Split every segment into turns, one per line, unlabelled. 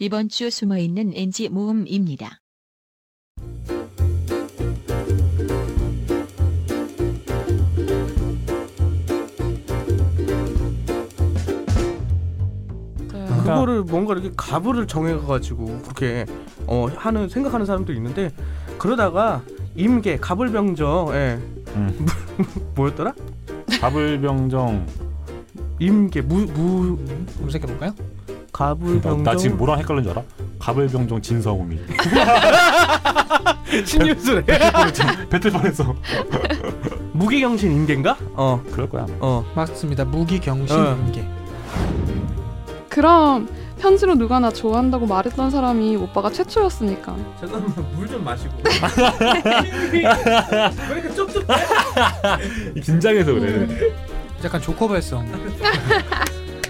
이번 주 숨어있는 NG 모음입니다.
그러니까-
그거를 뭔가 이렇게 가부를 정해가지고 그렇게 어 하는 생각하는 사람도 있는데 그러다가 임계 가불병정 예
음.
뭐였더라
가불병정
임계 무 무
검색해 볼까요?
가불병정
나, 나 지금 뭐랑 헷갈린 줄 알아? 가불병정 진성우미
신유술에
배틀 뻔했어
무기경신 임계인가 어어
그럴 거야 아마.
맞습니다. 무기경신
어.
인계.
그럼 편지로 누가 나 좋아한다고 말했던 사람이 오빠가 최초였으니까.
잠깐만 물 좀 마시고 왜 이렇게 쩝쩝
긴장해서 그래
약간 조커 발성.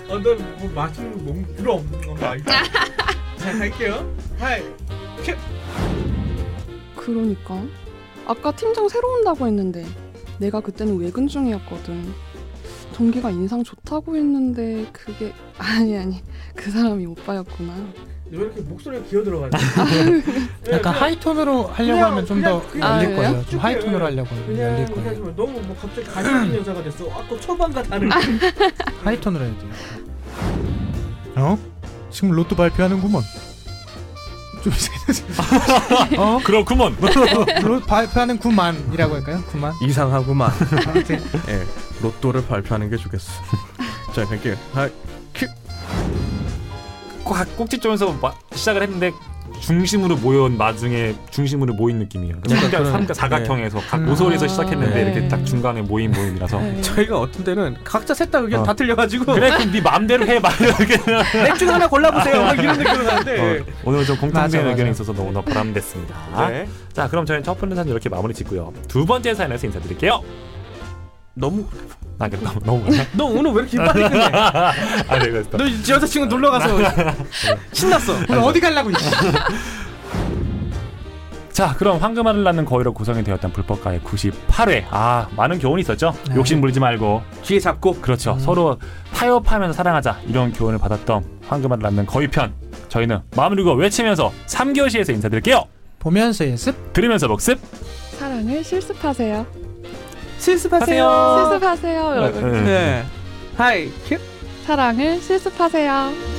어, 아난뭐 마시는 거 너무 어, 필요 없는 건가 잘 갈게요 하이
그러니까 아까 팀장 새로 온다고 했는데 내가 그때는 외근 중이었거든. 동기가 인상 좋다고 했는데 그게 아니 아니 그 사람이 오빠였구나.
왜 이렇게 목소리가 기어 들어가지 네,
약간 하이톤으로 하려고
그냥-
하면 좀 더
그냥- 그냥
열릴
그래요?
거예요. 좀 하이톤으로 하려고 하면
그냥
열릴
이렇게 하지
거예요.
마. 너무 뭐 갑자기 가시는 여자가 됐어. 아까 초반과 다른.
하이톤으로 해야 돼요.
어? 지금 로또 발표하는구먼. 좀
어?
그렇구먼
로- 발표하는 구만이라고 할까요? 구만.
이상하구만.
아무튼
예, 로또를 발표하는 게 좋겠어. 자, 뵐게요. 아, 하이.
꽉 꼭지점에서 마- 시작을 했는데 중심으로 모여온 마중에 중심으로 모인 느낌이에요.
약간
그러니까
그런-
삼각 사각형에서 각
음.
모서리에서
아.
시작했는데
네.
이렇게 딱 중간에 모인 모임이라서
네.
저희가 어떤 때는 각자 셋다 의견
어.
다 틀려가지고
그래 그럼 네 마음대로 해막 이렇게
맥주 하나 골라보세요. 막 이런 느낌으로 가는데.
어, 오늘 좀
맞아,
공통된
맞아.
의견이 있어서 너무나 보람됐습니다.
네.
자 그럼 저희는 첫 번째 사연 이렇게 마무리 짓고요. 두 번째 사연에서 인사드릴게요.
너무
아 그럼 너무 너무 많아.
너 오늘 왜 이렇게 빨리 끝내?
아 네, 그렇습니다.
너 여자친구 놀러 가서 신났어.
오늘 어디 가려고 이씨.
자 그럼 황금알을 낳는 거위로 구성이 되었던 불법가의 98회 아 많은 교훈이 있었죠.
네.
욕심 부리지 말고
귀에 잡고
그렇죠.
음.
서로 타협하면서 사랑하자 이런 교훈을 받았던 황금알을 낳는 거위편 저희는 마음을 읽어 외치면서 3교시에서 인사드릴게요.
보면서 예습.
들으면서 복습.
사랑을 실습하세요.
실습하세요.
실습하세요, 네. 여러분.
네. 하이. 큐.
사랑을 실습하세요.